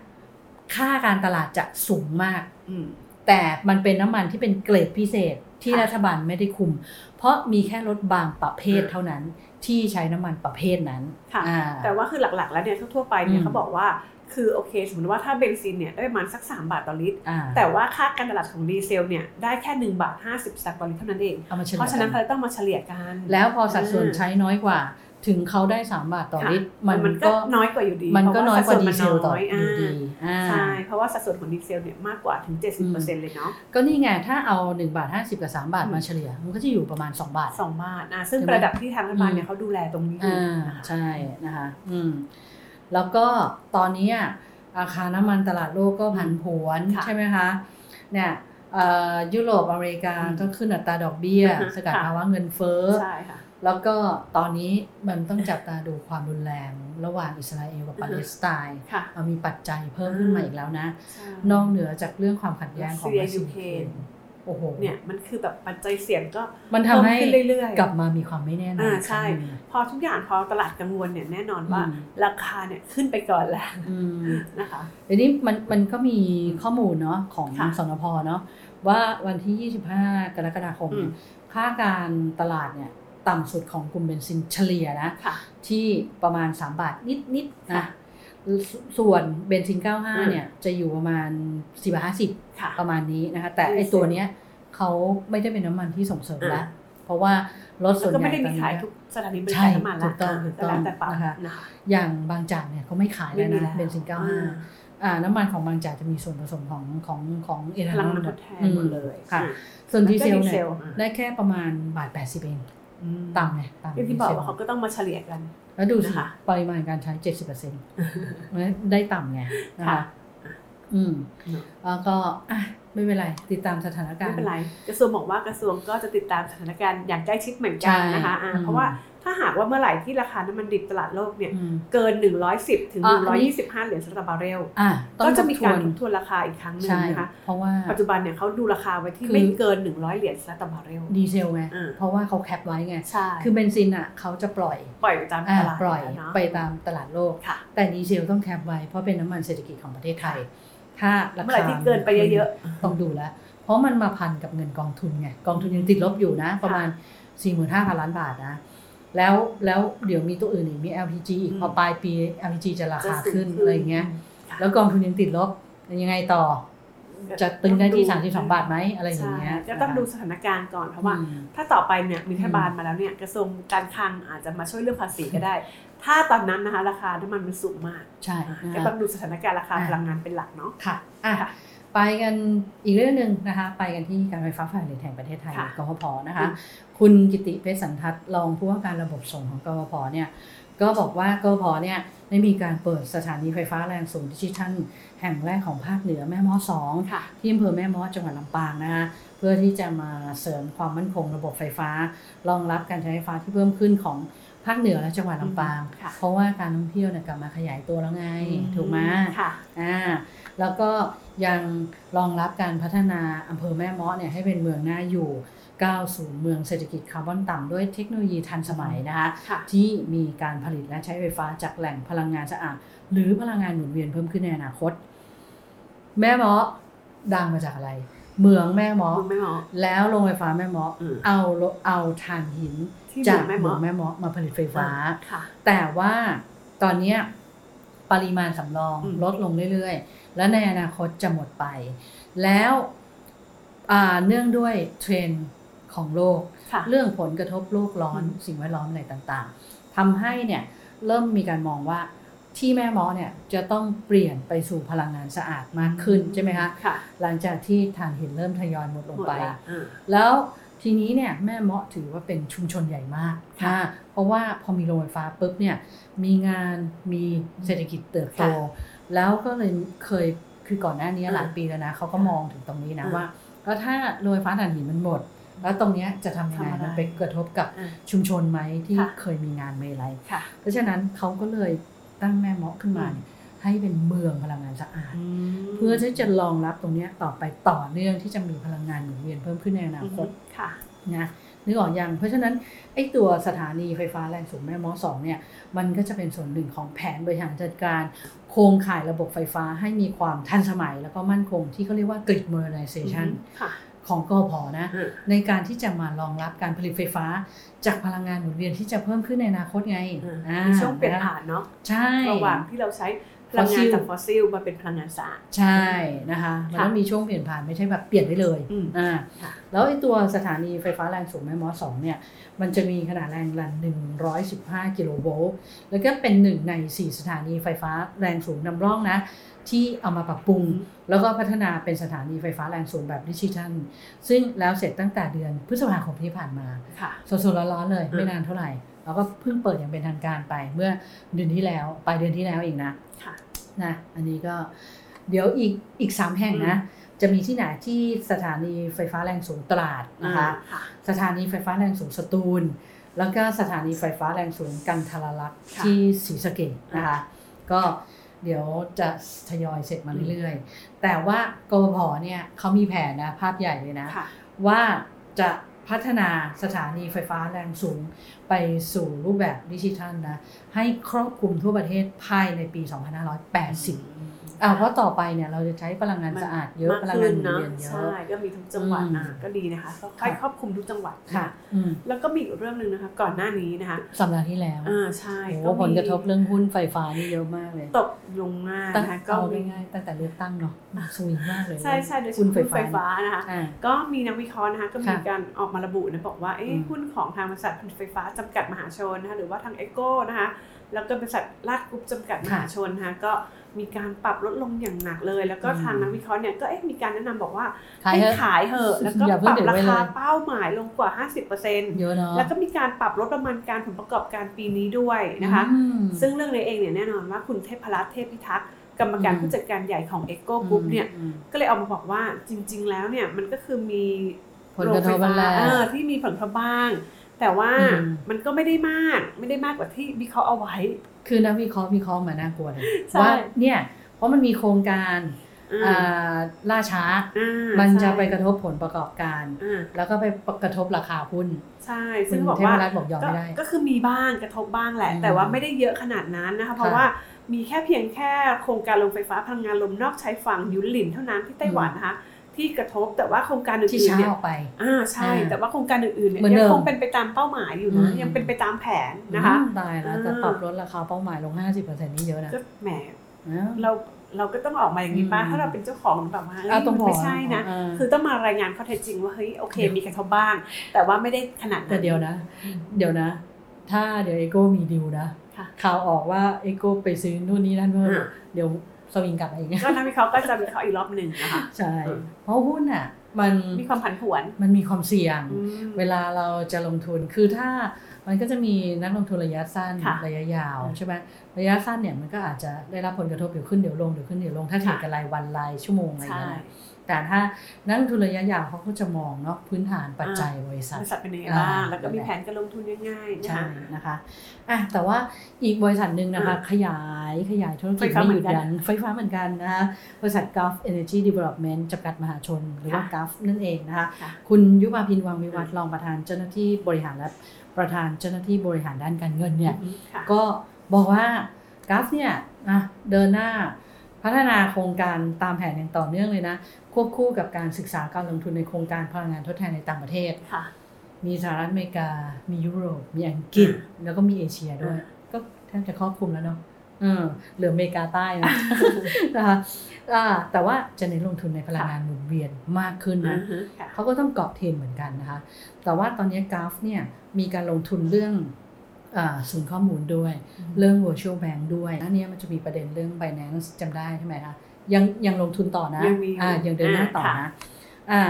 S4: ค่าการตลาดจะสูงมาก
S5: อืม
S4: แต่มันเป็นน้ำมันที่เป็นเกรดพิเศษที่
S5: ค่ะ
S4: รัฐบาลไม่ได้คุม เพราะมีแค่รถบางประเภท
S5: อืม
S4: เท่านั้นที่ใช้น้ำมันประเภทนั้น
S5: ค่ะ
S4: อ่า
S5: แต่ว่าคือหลักๆ แล้วเนี่ยทั่วๆไปเนี่
S4: อืม
S5: ยเขาบอกว่าคือโอเคสมมติว่าถ้าเบนซินเนี่ยได้ประมาณสัก 3 บาทต่อลิตร
S4: อ่า
S5: แต่ว่าค่าการตลาดของดีเซลเนี่ยได้แค่ 1 บาท 50สตางค์ต่อลิตรเท่านั้นเอง
S4: เอามาเฉลี่ย
S5: เพราะฉะนั้น
S4: กั
S5: เขาเลยต้องมาเฉลี่ยกัน
S4: แล้วพอสัดส่วน
S5: อืม
S4: ใช้น้อยกว่า ถึงเขาได้สามบาทต่อ
S5: ค่ะ
S4: ลิตรมัน
S5: มันก็
S4: ก็
S5: น้อยกว่าอยู่ดี
S4: มันก็น้อยกว่าดีเซลต่อ
S5: เพราะว่าสัดส่วนมัน
S4: อยู่
S5: น้อยอ่า
S4: ดีอ่า
S5: ใช่เพราะว่าสัดส่วนของดีเซลเนี่ยมากกว่าถึง 70%
S4: อืม
S5: เลยเนาะ
S4: ก็นี่ไงถ้าเอา1บาท50 กับ 3 บาท
S5: อืม
S4: มาเฉลี่ย มันก็จะอยู่ประมาณ 2 บาท
S5: สองบาทนะซึ่ง
S4: ใช่ไหม
S5: ระดับที่ทางรัฐบาลเนี่
S4: อืม
S5: ยเขาดูแลตรงนี้อยู่
S4: อ่า
S5: นะคะ
S4: ใช่นะคะอืมแล้วก็ตอนนี้อะราคาน้ำมันตลาดโลกก็ผันผวน
S5: ค่ะ
S4: ใช่ไหมคะเนี่ยเอ่อยุโรปอเมริกา
S5: อืม
S4: ก็ขึ้นอัตราดอกเบี้ย
S5: อ่าฮะ
S4: สกัด
S5: ค่ะ
S4: ภาวะเงินเฟ้อ
S5: ใช่ค่ะ
S4: แล้วก็ตอนนี้มันต้องจับตาดูความรุนแรงระหว่างอิสราเอลกับปาเลสไตน์
S5: ค่ะ
S4: เอามีปัจจัยเพิ่มขึ้นมาอีกแล้วนะ
S5: ใช่
S4: นอกเหนือจากเรื่องความขัดแย้งของ
S5: รั
S4: รั
S5: ส
S4: สเซี
S5: เซี
S4: ย
S5: ยยู
S4: ยูเค
S5: เคร
S4: ร
S5: น
S4: นโอ้โห
S5: เนี่ยมันคือแบบปัจจัยเสี่ยงก็
S4: มันทำ
S5: เพิ่ม
S4: ให้
S5: ขึ้นเรื่อยๆ
S4: กลับมามีความไม่แน่นอน
S5: อ่า
S4: อีกครั้ง
S5: ใช่
S4: หนึ่ง
S5: พอทุกอย่างพอตลาดกังวลเนี่ยแน่นอนว่า
S4: อืม
S5: ราคาเนี่ยขึ้นไปก่อนแล้ว
S4: อืม
S5: นะคะ
S4: เดี๋ยวนี้มันมันก็มีข้อมูลเนาะของ
S5: ค่ะ
S4: สนพเนาะว่าวันที่ 25 กรกฎาคม
S5: อืม
S4: ค่าการตลาดเนี่ยต่ำสุดของกลุ่มเบนซินเฉลี่ยนะ
S5: ค่ะ
S4: ที่ประมาณ 3 บาทนิดๆนนะ
S5: ค่ะ
S4: สส่วนเบนซิน
S5: อื
S4: 95
S5: ม
S4: เนี่ยจะอยู่ประมาณ 4 50
S5: ค่ะ
S4: ประมาณนี้นะคะ แต่ไอตัวเนี้ยเขาไม่ได้เป็นน้ำมันที่ส่งเสริมแล้ว เพราะว่ารถส่
S5: แล้ว วน ก็
S4: ใหญ่
S5: ไม่ได้มี
S4: ตอนนี้
S5: ขายทุกสถานีบริ
S4: ใช่
S5: การน้ำมัน
S4: ถู
S5: ละ
S4: กต้องถูกต้อง
S5: แล้วแต่ปั๊ม
S4: นะคะ
S5: นะคะ
S4: อย่างบางจากเนี่ยเขาไม่ขายแล้วนะเบนซิน
S5: อ่
S4: 95 อ่าน้ำมันของบางจากจะมีส่วนผสมของของของเอ
S5: พ
S4: ทาน
S5: ลัง
S4: อล
S5: มันทดแทนหมดเล
S4: อื
S5: ย
S4: ค่ะ
S5: อืม
S4: ส่วน
S5: แล้วก็
S4: ดีเซล
S5: ดีเซ
S4: เนี่ย
S5: ลอ่ะ
S4: ได้แค่ประมาณบาทแปดสิบเอง
S5: อืม
S4: ต่ำไงต่ำ
S5: อย่างที่บอกว่า
S4: ดีซล
S5: เขาก็ต้องมาเฉลี่ยกัน
S4: แล้วดูสิ
S5: นะคะ
S4: ปริมาณการใช้เจ็ดสิบเปอร์เซ็น
S5: (laughs)
S4: ต์ได้ต่ำไงนะ
S5: ค่ะ
S4: คะอืม
S5: เนอะ
S4: แล้วก็อ่ะไม่เป็นไรติดตามสถานการ
S5: ไม่
S4: ณ์
S5: เป็นไรกระทรวงบอกว่ากระทรวงก็จะติดตามสถานการณ์อย่างใกล้ชิดเหมือนกันนะคะ
S4: ใช่
S5: อ่า
S4: อืม
S5: เพราะว่าถ้าหากว่าเมื่อไหร่ที่ราคาน้ำมันดิบตลาดโลกเนี่ย
S4: อืม
S5: เกิน 110 ถึง
S4: อ่ะอันนี้
S5: 125 เหรียญสตาร์บาร์เรล
S4: อ่ะต้อง
S5: ก็จะมีการ
S4: ทบท
S5: ท
S4: ว
S5: บ
S4: น
S5: ทวนราคาอีกครั้งหนึ่ง
S4: ใช่
S5: นะคะ
S4: เพราะว่า
S5: ปัจจุบันเนี่ยเขาดูราคาไว้ที่
S4: คือ
S5: ไม่เกิน 100 เหรียญสตาร์บาร์เรล
S4: ดีเซลไง
S5: อ่า
S4: เพราะว่าเขาแคปไว้ไง
S5: ใช่
S4: คือเบนซินอ่ะเขาจะปล่อย
S5: ปล่อยไปตาม
S4: อ่า
S5: ตลาด
S4: ปล่อย
S5: เนาะ
S4: ไปตามตลาดโลก
S5: ค่ะ
S4: แต่ดีเซลต้องแคปไว้เพราะเป็นน้ำมันเศรษฐกิจของประเทศไทย ถ้าราคา
S5: เมื่อไหร่ที่เกินไปเยอะ
S4: ๆต้องดูแล้ว เพราะมันมาพันกับเงินกองทุนไง กองทุนยังติดลบอยู่นะ ประมาณ 45,000 ล้านบาทนะ แล้วแล้วเดี๋ยวมีตัวอื่นอีกมี LPG อีกพอปลายปี LPG จะรา
S5: ๆจะ
S4: คา
S5: สูง
S4: ขึ้นอะไรอย่างเงี้ย
S5: ค่ะ
S4: แล้วกองทุนยังติดลบยังไงต่อ จะตึงได้ที่ 32 บาทไหมอะไรอย่าง
S5: ใช่
S4: เงี้ย
S5: ก็ต้องดูสถานการณ์ก่อนเพราะว่า
S4: อืม
S5: ถ้าต่อไปเนี่ยมีรัฐบาล
S4: อืม
S5: มาแล้วเนี่ยกระทรวงการคลังอาจจะมาช่วยเรื่องภาษีก็ได้ ถ้าตอนนั้นนะคะราคาน้ำมันมันสูงมาก
S4: ใช่นะ
S5: ก็
S4: คะ
S5: ต้องดูสถานการณ์ราคา
S4: อ่า
S5: พลังงานเป็นหลักเนาะ
S4: ค่ะอ่ะ
S5: ค่ะ
S4: ไปกันอีกเรื่องหนึ่งนะคะ ไปกันที่การไฟฟ้าฝ่ายผลิตแห่งประเทศไทย
S5: ค่ะ
S4: กฟผนะคะ
S5: อืม
S4: คุณกิติเพชรสันทัดรองผู้ว่าการระบบส่งของกฟผเนี่ย ก็บอกว่ากฟผเนี่ยได้มีการเปิดสถานีไฟฟ้าแรงสูงดิจิทัลแห่งแรกของภาคเหนือแม่ม้อสอง
S5: ค่ะ
S4: ที่อำเภอแม่ม้อจังหวัดลำปางนะคะเพื่อที่จะมาเสริมความมั่นคงระบบไฟฟ้ารองรับการใช้ไฟฟ้าที่เพิ่มขึ้นของภาคเหนือและจังหวัดลำปาง
S5: ค่ะ
S4: เพราะว่าการท่องเที่ยวเนี่ยกลับมาขยายตัวแล้วไงถูกไหม
S5: ค่ะ
S4: อ่าแล้วก็ยังรองรับการพัฒนาอำเภอแม่เมาะเนี่ยให้เป็นเมืองน่าอยู่ก้าวสู่เมืองเศรษฐกิจคาร์บอนต่ำด้วยเทคโนโลยีทันสมัยนะคะ
S5: ค่ะ
S4: ที่มีการผลิตและใช้ไฟฟ้าจากแหล่งพลังงานสะอาด หรือพลังงานหมุนเวียนเพิ่มขึ้นในอนาคต แม่เมาะดังมาจากอะไร เมืองแม่เมาะ
S5: มึงไม่เหมาะ
S4: แล้วโรงไฟฟ้าแม่เมาะ
S5: อืม
S4: เอาโลเอาถ่านหิน
S5: ที่
S4: จาก
S5: เมื
S4: เมื
S5: อ
S4: อง ง
S5: แม่เมาะ
S4: แม่เมาะมาผลิตไฟฟ้า
S5: ค่ะ
S4: แต่ว่าตอนเนี้ยปริมาณสำรอง
S5: อืม
S4: ลดลงเรื่อยๆ และในอนาคตจะหมดไป แล้วอ่าเนื่องด้วยเทรนด์ของโลก
S5: ค่ะ
S4: เรื่องผลกระทบโลกร้อน
S5: อืม
S4: สิ่งแวดล้อมอะไรต่างๆทำให้เนี่ยเริ่มมีการมองว่าที่แม่เมอเนี่ยจะต้องเปลี่ยนไปสู่พลังงานสะอาดมากขึ้นใช่ไหมคะ
S5: ค่ะ
S4: หลังจากที่ถ่านหินเริ่มทยอยหมดลง
S5: หมด
S4: ไป
S5: ละอ่า
S4: แล้วทีนี้เนี่ยแม่เมาะถือว่าเป็นชุมชนใหญ่มาก
S5: ค่ะ
S4: อ่าเพราะว่าพอมีโรงไฟฟ้าปุ๊บเนี่ยมีงานมีเศรษฐกิจเติบโต
S5: ค่ะ
S4: แล้วก็เลยเคยคือก่อนหน้านี้
S5: อืม
S4: หลายปีแล้วนะเขาก็มองถึงตรงนี้นะ
S5: อืม
S4: ว่าก็ถ้าโรงไฟฟ้าถ่านหินมันหมด แล้วตรงเนี้ยจะทำยังไง
S5: ทำอะไร
S4: มันไปกระทบกับ
S5: อ่า
S4: ชุมชนไหมที่
S5: ค่ะ
S4: เคยมีงานเมอะไร
S5: ค่ะ
S4: เพราะฉะนั้นเขาก็เลยตั้งแม่เมาะขึ้นมาเนี่ย ให้เป็นเมืองพลังงานสะอาด เพื่อที่จะรองรับตรงเนี้ยต่อไปต่อเนื่องที่จะมีพลังงานหมุนเวียนเพิ่มขึ้นในอนาคต
S5: ค่ะ
S4: นะนึกออกยังเพราะฉะนั้นไอ้ตัวสถานีไฟฟ้าแรงสูงแม่มอสองเนี่ยมันก็จะเป็นส่วนหนึ่งของแผนบริหารจัดการ โครงข่ายระบบไฟฟ้าให้มีความทันสมัย แล้วก็มั่นคงที่เขาเรียกว่า grid modernization
S5: ค่ะ
S4: ของกอพอนะ
S5: อืม
S4: ในการที่จะมารองรับการผลิตไฟฟ้า จากพลังงานหมุนเวียนที่จะเพิ่มขึ้นในอนาคตไงอ่า
S5: มีช่วงเปลี่ยนผ่านเนาะ
S4: ใช่
S5: ระหว่างที่เราใช้พลังงานจากฟอสซิลมาเป็นพลังงานสะอาด
S4: ใช่นะคะมันต้อง
S5: ค่ะ
S4: มีช่วงเปลี่ยนผ่านไม่ใช่แบบเปลี่ยนได้เลย
S5: อืม
S4: อ่า
S5: ค่ะ
S4: แล้วไอ้ตัวสถานีไฟฟ้าแรงสูงแม่มอสองเนี่ยมันจะมีขนาดแรงลัน 115 กิโลโวลต์แล้วก็เป็นหนึ่งใน 4 สถานีไฟฟ้าแรงสูงนำร่องนะ ที่เอามาปรับปรุง แล้วก็พัฒนาเป็นสถานีไฟฟ้าแรงสูงแบบดิจิทัล ซึ่งแล้วเสร็จตั้งแต่เดือนพฤษภาคมที่ผ่านมา
S5: ค่ะ
S4: สดๆร้อนๆเลยไม่นานเท่าไหร่แล้วก็เพิ่งเปิดอย่างเป็นทางการไปเมื่อเดือนที่แล้วปลายเดือนที่แล้วเองนะ
S5: ค่ะ
S4: นะอันนี้ก็เดี๋ยวอีกอีกสามแห่งนะ จะมีที่ไหนที่สถานีไฟฟ้าแรงสูงตราดนะคะ
S5: ค่ะ
S4: สถานีไฟฟ้าแรงสูงสตูล แล้วก็สถานีไฟฟ้าแรงสูงกันทรลักษณ์
S5: ค่ะ
S4: ที่ศรีสะเกดนะคะ ก็เดี๋ยวจะทยอยเสร็จมาเรื่อยๆ แต่ว่ากรพเนี่ยเขามีแผนนะภาพใหญ่เลยนะ
S5: ค่ะ
S4: ว่าจะพัฒนาสถานีไฟฟ้าแรงสูงไปสู่รูปแบบดิจิทัลนะ ให้ครอบคลุมทั่วประเทศภายในปี 2580อ่าเพราะต่อไปเนี่ยเราจะใช้พลังงานสะอาดเยอะพลังงานหมุนเวียนเย
S5: ใช่
S4: อะ
S5: ก็มีทุกจังหวัด
S4: อืม
S5: อ่ะก็ดีนะคะก็ค่อย
S4: ค่ะ
S5: ครอบคลุมทุกจังหวัด
S4: ค่ะอืม
S5: แล้วก็มีอีกเรื่องหนึ่งนะคะ ก่อนหน้านี้นะคะ
S4: สัปดาห์ที่แล้ว
S5: อ่าใช่
S4: โอ้โห
S5: ก็มี
S4: ผลกระทบเรื่องหุ้นไฟฟ้านี่เยอะมากเลย
S5: ตกลงมา
S4: ตั้ง
S5: นะคะก็
S4: เอา
S5: มี
S4: ง่ายๆตั้งแต่เลือกตั้งเนาะสวิงมากเลย
S5: ใช่ใช่โดยเฉ
S4: หุ้น
S5: พาะ
S4: ไฟ
S5: หุ้นไฟ
S4: ฟ้า
S5: ฟ้านะคะ
S4: อ่า
S5: ก็มีนักวิเคราะห์นะคะก็มี
S4: ค่ะ
S5: การออกมาระบุนะบอกว่าเอ๊ะ
S4: อืม
S5: หุ้นของทางบริษัทผลิตไฟฟ้าจำกัดมหาชนนะคะหรือว่าทางเอโก้นะคะแล้วก็บริษัทลาดกรุ๊ปจำกัดมหาชนนะคะก็มีการปรับลดลงอย่างหนักเลย แล้วก็ทางนักวิเคราะห์เนี่ยก็เอ๊ะมีการแนะนำบอกว่า
S4: ขาย
S5: ให้
S4: เถอะ
S5: ขายเหอะ แล้วก็
S4: อย่าเพิ่ง
S5: ปรับ
S4: เดือด
S5: รา
S4: ไว้เลย
S5: คาเป้าหมายลงกว่า 50%
S4: เยอะเนาะ
S5: แล้วก็มีการปรับลดประมาณการผลประกอบการปีนี้ด้วยนะคะ
S4: อืม
S5: ซึ่งเรื่องนี้เองเนี่ยแน่นอนว่าคุณเทพรัตน์เทพพิทักษ์กรรมการ
S4: อืม
S5: ผู้จัดการใหญ่ของ e c o Group เนี่ย
S4: อืม
S5: ก็เลยออกมาบอกว่าจริง ๆ แล้วเนี่ยมันก็คือมี
S4: ผลกระทบมันแร
S5: เออก ที่มีผลกระทบบ้าง แต่ว่า
S4: อืม
S5: มันก็ไม่ได้มากไม่ได้มากกว่าที่วิเคราะห์เอาไว้
S4: คือนักวิเคราะห์วิเคราะห์มาน่ากลัวเลย
S5: ใช่
S4: ว่าเนี่ยเพราะมันมีโครงการ
S5: อ่า
S4: อ่าล่าช้า
S5: อ่า
S4: มันจะ
S5: ใช่
S4: ไปกระทบผลประกอบการ
S5: อ่า
S4: แล้วก็ไปกระทบราคาหุ้น
S5: ใช่
S4: คุ
S5: ซึ่
S4: ณ
S5: งบอก
S4: เทพ
S5: ว่า
S4: รัตน์บอกยอม
S5: ก็
S4: ไม่ได้
S5: ก็คือมีบ้างกระทบบ้างแหละ
S4: อืม
S5: แต่ว่าไม่ได้เยอะขนาดนั้นนะคะเพราะ
S4: ค่ะ
S5: ว่ามีแค่เพียงแค่โครงการลงไฟฟ้าพลังงานลมนอกชายฝั่งยูหลินเท่านั้นที่ไต้หวัน
S4: อืม
S5: นะคะที่กระทบแต่ว่าโครงการ
S4: ที่
S5: อื่น
S4: ช้า
S5: ๆเนี่ย
S4: ออกไป
S5: อ่าใช่
S4: อ่า
S5: แต่ว่าโครงการอื่นๆเนี่ย
S4: เหมือนเดิม
S5: ยังคงเป็นไปตามเป้าหมายอยู่นะ
S4: อืม
S5: ยังเป็นไปตามแผนนะคะ
S4: อืมตายแล้ว
S5: อ่า
S4: จะปรับลดราคาเป้าหมายลง 50%นี่เยอะนะ
S5: ก็แหม
S4: อ่า
S5: เราเราก็ต้องออกมาอย่างนี้ป้า
S4: อืม
S5: ถ้าเราเป็นเจ้าของหรือแบบว่าเอ้ย
S4: อ่ะต้องบอ
S5: มัน
S4: ก
S5: ไม่ใช่นะ
S4: อ่า
S5: คือต้องมารายงานข้อเท็จจริงว่าเฮ้ยโอเค
S4: เดี๋ยว
S5: มีกระทบบ้าง แต่ว่าไม่ได้ขนาดนั้น
S4: แต่เดี๋ยวนะ เดี๋ยวนะ ถ้าเดี๋ยวเอโก้มีดิวนะ
S5: ค่ะ
S4: ข่าวออกว่าเอโก้ไปซื้อนู่นนี่นั่นเพิ่ม
S5: อ่า
S4: เดี๋ยวสวิงกลับมาอีก
S5: ก็นักวิเคราะห์ก็จะวิเคราะห์อีกรอบหนึ่งนะคะ
S4: ใช่เพราะหุ้นอ่ะมัน
S5: มีความผันผวน
S4: มันมีความเสี่ยง
S5: อืม
S4: เวลาเราจะลงทุน คือถ้ามันก็จะมีนักลงทุนระยะสั้น
S5: ค่ะ
S4: ระยะยาว
S5: อืม
S4: ใช่ไหมระยะสั้นเนี่ยมันก็อาจจะได้รับผลกระทบเดี๋ยวขึ้นเดี๋ยวลงเดี๋ยวขึ้นเดี๋ยวลง ถ้าเทรด
S5: ค่ะ
S4: กันรายวันรายชั่วโมงอะไรอย่าง
S5: ใช่
S4: เงี้ยนะแต่ถ้านักลงทุนระยะยาวเขาก็จะมองเนาะพื้นฐานปัจจัยบริษัท
S5: บริษัทเป็นยังไงบ้า
S4: อ่าง
S5: แล้วก็มี
S4: นั่นแหละ
S5: แผนการลงทุนยังไงนะ
S4: ใช่
S5: คะ
S4: นะคะอ่ะแต่ว่าอีกบริษัทหนึ่งนะคะ ขยายขยายธุรกิจ
S5: ไฟฟ้า
S4: ไม่
S5: เหมื
S4: หยุ
S5: อ
S4: ด
S5: นกัน
S4: ยั้งไฟฟ้าเหมือนกันนะคะบริษัท Gulf Energy Development จำกัดมหาชน หรือว่า
S5: ค่ะ
S4: Gulf นั่นเองนะคะ
S5: ค่ะ
S4: คุณยุมาพินวังวิวัฒน์รองประธานเจ้าหน้าที่บริหารและประธานเจ้าหน้าที่บริหารด้านการเงินเนี่ย
S5: ค่ะ
S4: ก็บอกว่ากราฟเนี่ยนะเดินหน้าพัฒนาโครงการตามแผนอย่างต่อเนื่องเลยนะ ควบคู่กับการศึกษาการลงทุนในโครงการพลังงานทดแทนในต่างประเทศ
S5: ค่ะ
S4: มีสหรัฐอเมริกา มียุโรป มีอังกฤษ แล้วก็มีเอเชียด้วย ก็แทบจะครอบคลุมแล้วเนาะเออเหลืออเมริกาใต้นะ (laughs) นะคะอ่าแต่ว่าจะเน้นลงทุนในพลังงานหมุนเวียนมากขึ้น
S5: อื
S4: นะ
S5: อฮึค่ะ
S4: เขาก็ต้องเกาะเทรนเหมือนกันนะคะ แต่ว่าตอนนี้กราฟเนี่ยมีการลงทุนเรื่องอ่าศูนย์ข้อมูลด้วย
S5: อืม
S4: เรื่อง virtual bank ด้วยอันเนี้ยมันจะมีประเด็นเรื่อง Binance จำได้ใช่ไหมคะ ยังยังลงทุนต่อนะ
S5: ยังมี
S4: อ่ายังเดินหน้าต่อ
S5: ค่ะ
S4: นะอ่า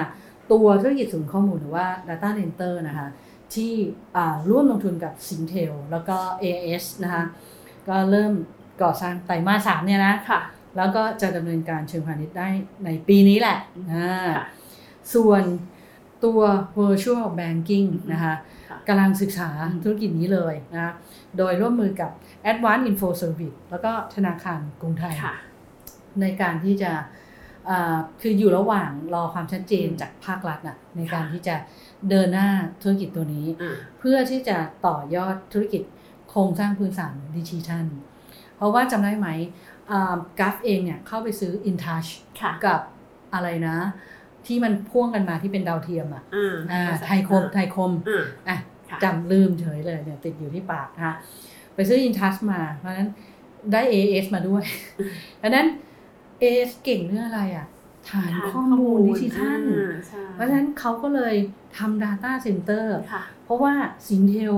S4: ตัวธุรกิจศูนย์ข้อมูลหรือว่า data center นะคะ ที่อ่าร่วมลงทุนกับ Singtel แล้วก็ AIS นะคะ ก็เริ่มก่อสร้างไตรมาสสามเนี่ยนะ
S5: ค่ะ
S4: แล้วก็จะดำเนินการเชิงพาณิชย์ได้ในปีนี้แหละอ่า
S5: ค่ะ
S4: ส่วน ตัว virtual banking นะคะ
S5: ค่ะ
S4: กำลังศึกษาธุรกิจนี้เลยนะคะโดยร่วมมือกับ Advanced Info Service แล้วก็ธนาคารกรุงไทย
S5: ค่ะ
S4: ในการที่จะเอ่อคืออยู่ระหว่างรอความชัดเจนจากภาครัฐนะในการ
S5: ค่ะ
S4: ที่จะเดินหน้าธุรกิจตัวนี้
S5: อ่า
S4: เพื่อที่จะต่อยอดธุรกิจโครงสร้างพื้นฐานดิจิทัล เพราะว่าจำได้ไหมอ่ากราฟเองเนี่ยเข้าไปซื้อ InTouch
S5: ค่ะ
S4: กับอะไรนะ ที่มันพ่วงกันมาที่เป็นดาวเทียมอ่ะ
S5: อ่า
S4: อ่าไทยคมไทยคม
S5: อ่า
S4: อ่ะ
S5: ค่ะ
S4: จำลืมเฉยเลยเนี่ยติดอยู่ที่ปากนะคะไปซื้อ InTouch มา เพราะฉะนั้นได้ AS มา
S5: (laughs)
S4: ด้วยดังนั้น AS เก่งเรื่องอะไรอ่ะ ฐานข้อมูลดิจิทัล
S5: อ่าใช่
S4: เพราะฉะนั้นเขาก็เลยทำ Data Center
S5: ค่ะ
S4: เพราะว่าสินเทล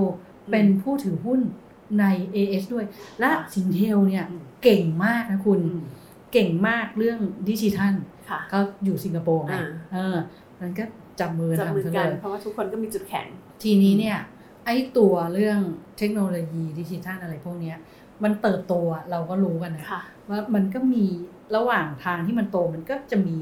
S4: เป็นผู้ถือหุ้นใน AS ด้วย และ
S5: ค่ะ
S4: สินเทลเนี่ย
S5: อืม
S4: เก่งมากนะคุณ
S5: อืม
S4: เก่งมากเรื่องดิจิทัล
S5: ค่ะ
S4: ก็อยู่สิงคโปร์ไง
S5: อ่า
S4: เออมันก็จับมือ
S5: จับมือ
S4: ทำทั้ง
S5: กัน
S4: เลย
S5: เพราะว่าทุกคนก็มีจุดแข็ง
S4: ทีนี้เนี่ย ไอ้ตัวเรื่องเทคโนโลยีดิจิทัลอะไรพวกเนี้ยมันเติบโตอะเราก็รู้กันนะ
S5: ค่ะ
S4: ว่ามันก็มีระหว่างทางที่มันโตมันก็จะมี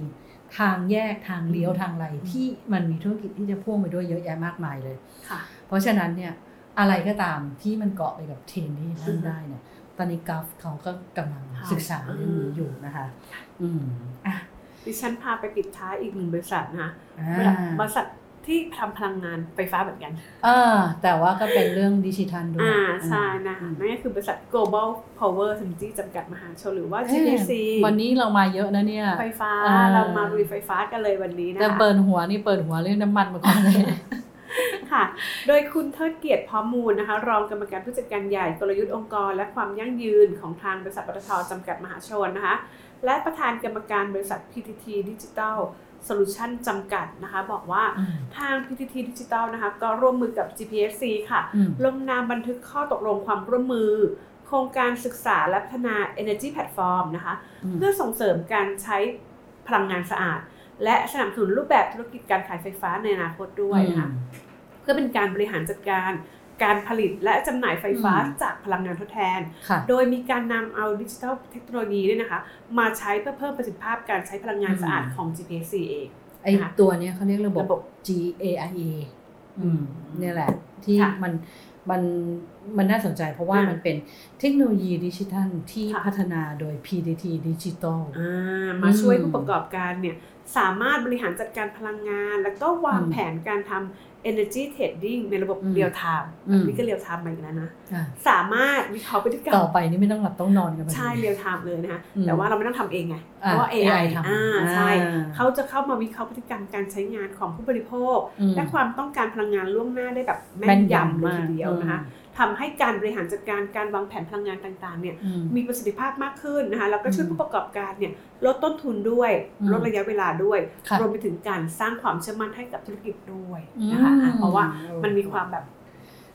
S4: ทางแยกทางเลี้ยวทางอะไรที่มันมีธุรกิจที่จะพ่วงไปด้วยเยอะแยะมากมายเลย
S5: ค่ะ
S4: เพราะฉะนั้นเนี่ยอะไรก็ตามที่มันเกาะไปกับเทรนที่ท่านได้เนี่ยตอนนี้กราฟเขาก็กำลังศึกษาเรื่องนี้อยู่นะคะ อืมอ่ะ
S5: ดิฉันพาไปปิดท้ายอีกหนึ่งบริษัทนะคะ
S4: อ่า
S5: บริษัทที่ทำพลังงานไฟฟ้าเหมือนกัน
S4: เออแต่ว่าก็เป็นเรื่องดิจิทัลด้วย
S5: อ่าใช่นะ
S4: อื
S5: คะ
S4: ม
S5: นั่นก็คือบริษัท global power s u m j i จำกัดมหาชนหรือว่า GPC
S4: เอ๊ะวันนี้เรามาเยอะนะเนี่ย
S5: ไฟฟ้า
S4: อ่า
S5: เรามาลุยไฟฟ้ากันเลยวันนี้นะ
S4: แต่
S5: คะ
S4: เปิดหัวนี่เปิดหัวเรื่องน้ำมันมาก่อนเลย
S5: ค่ะ โดยคุณเทิดเกียรติพร้อมมูลนะคะ รองกรรมการผู้จัดการใหญ่กลยุทธ์องค์กร และความยั่งยืนของทางบริษัทปตทจำกัดมหาชนนะคะ และประธานกรรมการบริษัท PTT Digital Solution จำกัดนะคะ บอกว่า
S4: อืม
S5: ทาง PTT Digital นะคะก็ร่วมมือกับ GPSC ค่ะ
S4: อืม
S5: ลงนามบันทึกข้อตกลงความร่วมมือ โครงการศึกษาและพัฒนา Energy Platform นะคะ
S4: อืม
S5: เพื่อส่งเสริมการใช้พลังงานสะอาด และสนับสนุนรูปแบบธุรกิจการขายไฟฟ้าในอนาคตด้วยนะคะเพื่อเป็นการบริหารจัดการ การผลิตและจำหน่ายไฟฟ้า
S4: อืม
S5: จากพลังงานทดแทน
S4: ค่ะ
S5: โดยมีการนำเอาดิจิทัลเทคโนโลยีเนี่ยนะคะ มาใช้เพื่อเพิ่มประสิทธิภาพการใช้พลังงานสะอาดของ GPC เอง
S4: ไอตัวเนี้ยเขาเรียกระบบ
S5: ระบบ
S4: G A I A อืมเนี่ยแหละ ที่
S5: ค่ะ
S4: มันมันมันน่าสนใจเพราะว่า
S5: อ่ะ
S4: มันเป็นเทคโนโลยีดิจิทัลที่
S5: ค่ะ
S4: พัฒนาโดย PTT Digital
S5: อ่ามาช่วย
S4: อืม
S5: ผู้ประกอบการเนี่ยสามารถบริหารจัดการพลังงาน แล้วก็วาง
S4: อืม
S5: แผนการทำ energy trading ในระบบ
S4: อืม
S5: เรียลไทม์
S4: อืม
S5: นี่ก็เรียลไทม์มาอีกแล้วนะ
S4: อ่ะ
S5: สามารถวิเคราะห์พฤติกรร
S4: ต่อ
S5: ม
S4: ไปนี่ไม่ต้องหลับต้องนอนกันไป
S5: ใช่เรียลไทม์เลยนะคะ
S4: อืม
S5: แต่ว่าเราไม่ต้องทำเองไง เพ
S4: อ่า
S5: ราะว่า
S4: AI
S5: AI
S4: ทำ
S5: อ่าใช่
S4: อ่า
S5: เขาจะเข้ามาวิเคราะห์พฤติกรรมการใช้งานของผู้บริโภค
S4: อืม
S5: และความต้องการพลังงานล่วงหน้าได้แบบแม่นยำเลยทีเดียวนะคะทำให้การบริหารจัดการการวางแผนพลังงานต่างๆเนี่ย
S4: อืม
S5: มีประสิทธิภาพมากขึ้นนะคะแล้วก็ช่วย
S4: อืม
S5: ผู้ประกอบการเนี่ยลดต้นทุนด้วย
S4: อืม
S5: ลดระยะเวลาด้วย
S4: ค่ะ
S5: รวมไปถึงการสร้างความเชื่อมั่นให้กับธุรกิจด้วยนะคะ
S4: อืม
S5: อ่ะเพราะว่ามันมีความแบบ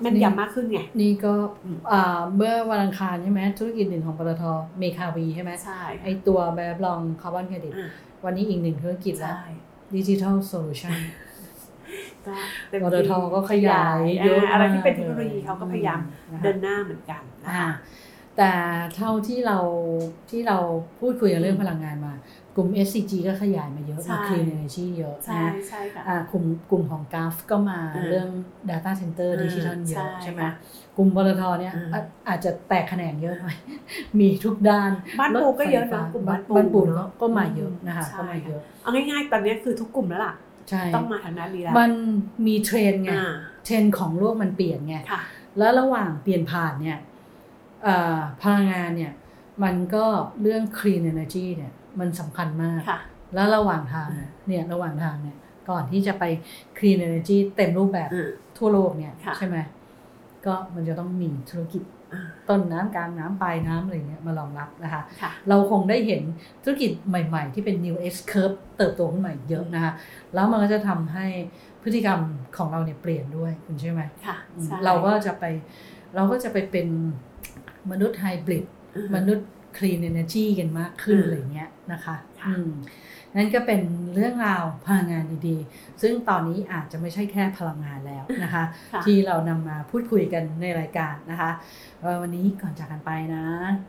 S5: แม่น
S4: นี่
S5: ยำมากขึ้นไง
S4: นี่ก็
S5: อืม
S4: อ่าเมื่อวันอังคารใช่ไหมธุรกิจหนึ่งของปตทเมคาวีใช่ไหม
S5: ใช่
S4: ไอตัวแบบลองคาร์บอนเครดิต
S5: อ่ะ
S4: วันนี้อีกหนึ่งธุรกิจละ
S5: ใช่
S4: ดิจิทัลโซลู
S5: (laughs)
S4: ชัน
S5: ก็เต็ม
S4: ป
S5: ที่
S4: ตทก็ขยายเยอะ
S5: อ่ะอะไรที่เป็น
S4: ม
S5: เทคโนโลยีเขาก็พยายาม
S4: อืนะคะ
S5: เดินหน้าเหมือนกันนะ
S4: อ่า
S5: คะ
S4: แต่เท่าที่เราที่เราพูดคุยกันเรื่อง
S5: อืม
S4: พลังงานมา กลุ่ม SCG ก็ขยายมาเยอะ
S5: ใช่
S4: มา Clean Energy เยอะ
S5: ใช่
S4: นะ
S5: ใช่ค่ะ
S4: อ่ากลุ่มกลุ่มของกราฟก็มา
S5: อ่า
S4: เรื่อง Data Center
S5: อ่า
S4: Digital เย
S5: ใช่
S4: อะใช่ไหม
S5: ค่ะ
S4: กลุ่มบลทเนี่ย
S5: อ่า
S4: อ่ะอาจจะแตกแขนงเยอะหน่อย (laughs) มีทุกด้าน
S5: บ้านปูก็เยอะ
S4: รถไฟฟ้า
S5: นะกลุ่มบ้านปู
S4: บ้านปู
S5: เนอะ
S4: ก็มาเยอะนะคะก็
S5: ใช่
S4: มาเยอะ
S5: เอาง่ายๆ ตอนนี้คือทุกกลุ่มแล้วล่ะ
S4: ใช่
S5: ต้องมาทางด้านนี้แล้ว
S4: มันมีเทรนด์ไง
S5: อ่า
S4: เทรนด์ของโลกมันเปลี่ยนไง
S5: ค่ะ
S4: แล้วระหว่างเปลี่ยนผ่านเนี่ยเอ่อพลังงานเนี่ยมันก็เรื่อง clean energy เนี่ยมันสำคัญมาก
S5: ค่ะ
S4: แล้วระหว่างทางเนี่ยเนี่ยระหว่างทางเนี่ยก่อนที่จะไป clean energy เต็มรูปแบบ
S5: อืม
S4: ทั่วโลกเนี่ย
S5: ค่ะ
S4: ใช่ไหมก็มันจะต้องมีธุรกิจ
S5: อ่า
S4: ต้นน้ำกลางน้ำปลายน้ำอะไรเนี่ยมารองรับนะคะ
S5: ค่ะ
S4: เราคงได้เห็นธุรกิจใหม่ ๆ ที่เป็น new S curve เติบโตขึ้นมาเยอะนะคะ แล้วมันก็จะทำให้พฤติกรรมของเราเนี่ยเปลี่ยนด้วยคุณใช่อไหม
S5: ค่ะ
S4: อืม
S5: ใช่
S4: เราก็จะไปเราก็จะไปเป็นมนุษย์ไฮบริด
S5: อือฮึ
S4: มนุษย์คลีนเอเนจีกันมากขึ้น
S5: อืม
S4: อะไรเงี้ยนะคะ
S5: ค่ะ
S4: อืมนั่นก็เป็นเรื่องราวพลังงานดีๆ ซึ่งตอนนี้อาจจะไม่ใช่แค่พลังงานแล้วนะคะ
S5: ค่ะ
S4: ที่เรานำมาพูดคุยกันในรายการนะคะเอ่อวันนี้ก่อนจากกันไปนะ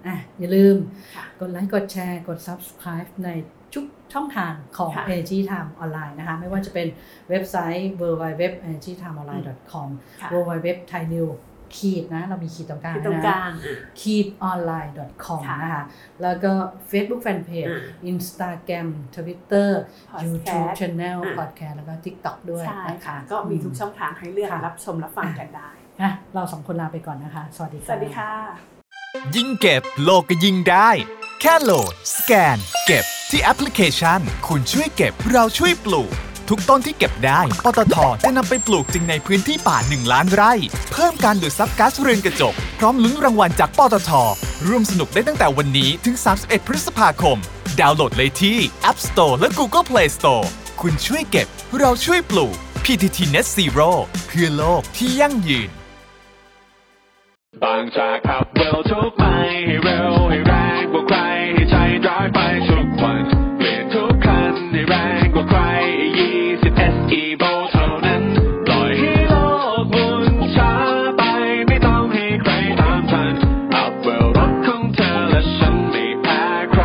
S4: อ่ะอย่าลืม
S5: ค่ะ
S4: กดไลค์กดแชร์กด subscribe ใน ทุกช่องทางของ
S5: ค่ะ
S4: a g Time ออนไลน์นะคะ ไม่ว่าจะเป็นเว็บไซต์ w w w a g t i m e o n l i n e c o m
S5: ค่ะ
S4: w w w t h a i n e w ขีดนะ เรามีขีดตรงกลาง
S5: ที่ตรง
S4: นะ
S5: กลางอ่ะ
S4: ขีด online com
S5: ค่ะ
S4: นะคะ แล้วก็ Facebook Fanpage
S5: อ่ะ
S4: Instagram Twitter
S5: Podcast
S4: YouTube Channel
S5: อ่ะ
S4: Podcast แล้วก็ TikTok ด้วย
S5: ใช่
S4: นะคะ
S5: ค่ะ ก็มีทุกช่องทางให้เลือก
S4: ค่ะ
S5: รับชมรับฟังกันได้
S4: อ่ะเราสองคนลาไปก่อนนะคะ สวัสดี
S5: ส
S4: ค่ะ
S5: วัสดีค่ะ
S3: ยิ่งเก็บโลกก็ยิ่งได้ แค่โหลด สแกน เก็บที่แอปพลิเคชัน คุณช่วยเก็บเราช่วยปลูก ทุกต้นที่เก็บได้ปตทจะนำไปปลูกจริงในพื้นที่ป่า 1 ล้านไร่ เพิ่มการดูดซับก๊าซเรือนกระจก พร้อมลุ้นรางวัลจากปตท ร่วมสนุกได้ตั้งแต่วันนี้ถึง 31 พฤษภาคม ดาวน์โหลดเลยที่ App Store และ Google Play Store คุณช่วยเก็บ เราช่วยปลูก PTT Net Zero เพื่อโลกที่ยั่งยืน
S2: บางจากขับเร็วทุกไปให้เร็วให้แรงกว่าใครให้ใช้ดรายไปทุกวันเปลี่ยนทุกคันให้แรงกว่าใคร20 SE v o เท่านั้นปล่อยให้โลกหมุนช้าไปไม่ต้องให้ใครตามทันอัพเวลรถของเธอและฉันไม่แพ้ใคร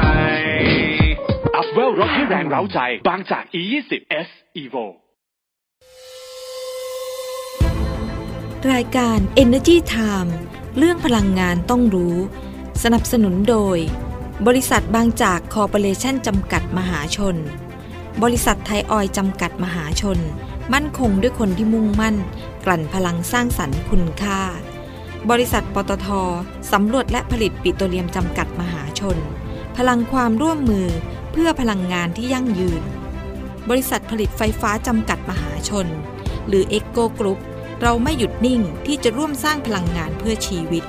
S2: อัพเวลรถให้แรงเร้าใจ บางจาก E20 S Evo
S1: รายการ Energy Time เรื่องพลังงานต้องรู้ สนับสนุนโดย บริษัทบางจากคอร์ปอเรชันจำกัดมหาชน บริษัทไทยออยล์จำกัดมหาชน มั่นคงด้วยคนที่มุ่งมั่น กลั่นพลังสร้างสรรค์คุณค่า บริษัทปตทสำรวจและผลิตปิโตรเลียมจำกัดมหาชน พลังความร่วมมือเพื่อพลังงานที่ยั่งยืน บริษัทผลิตไฟฟ้าจำกัดมหาชน หรือ e c o Group เราไม่หยุดนิ่งที่จะร่วมสร้างพลังงานเพื่อชีวิต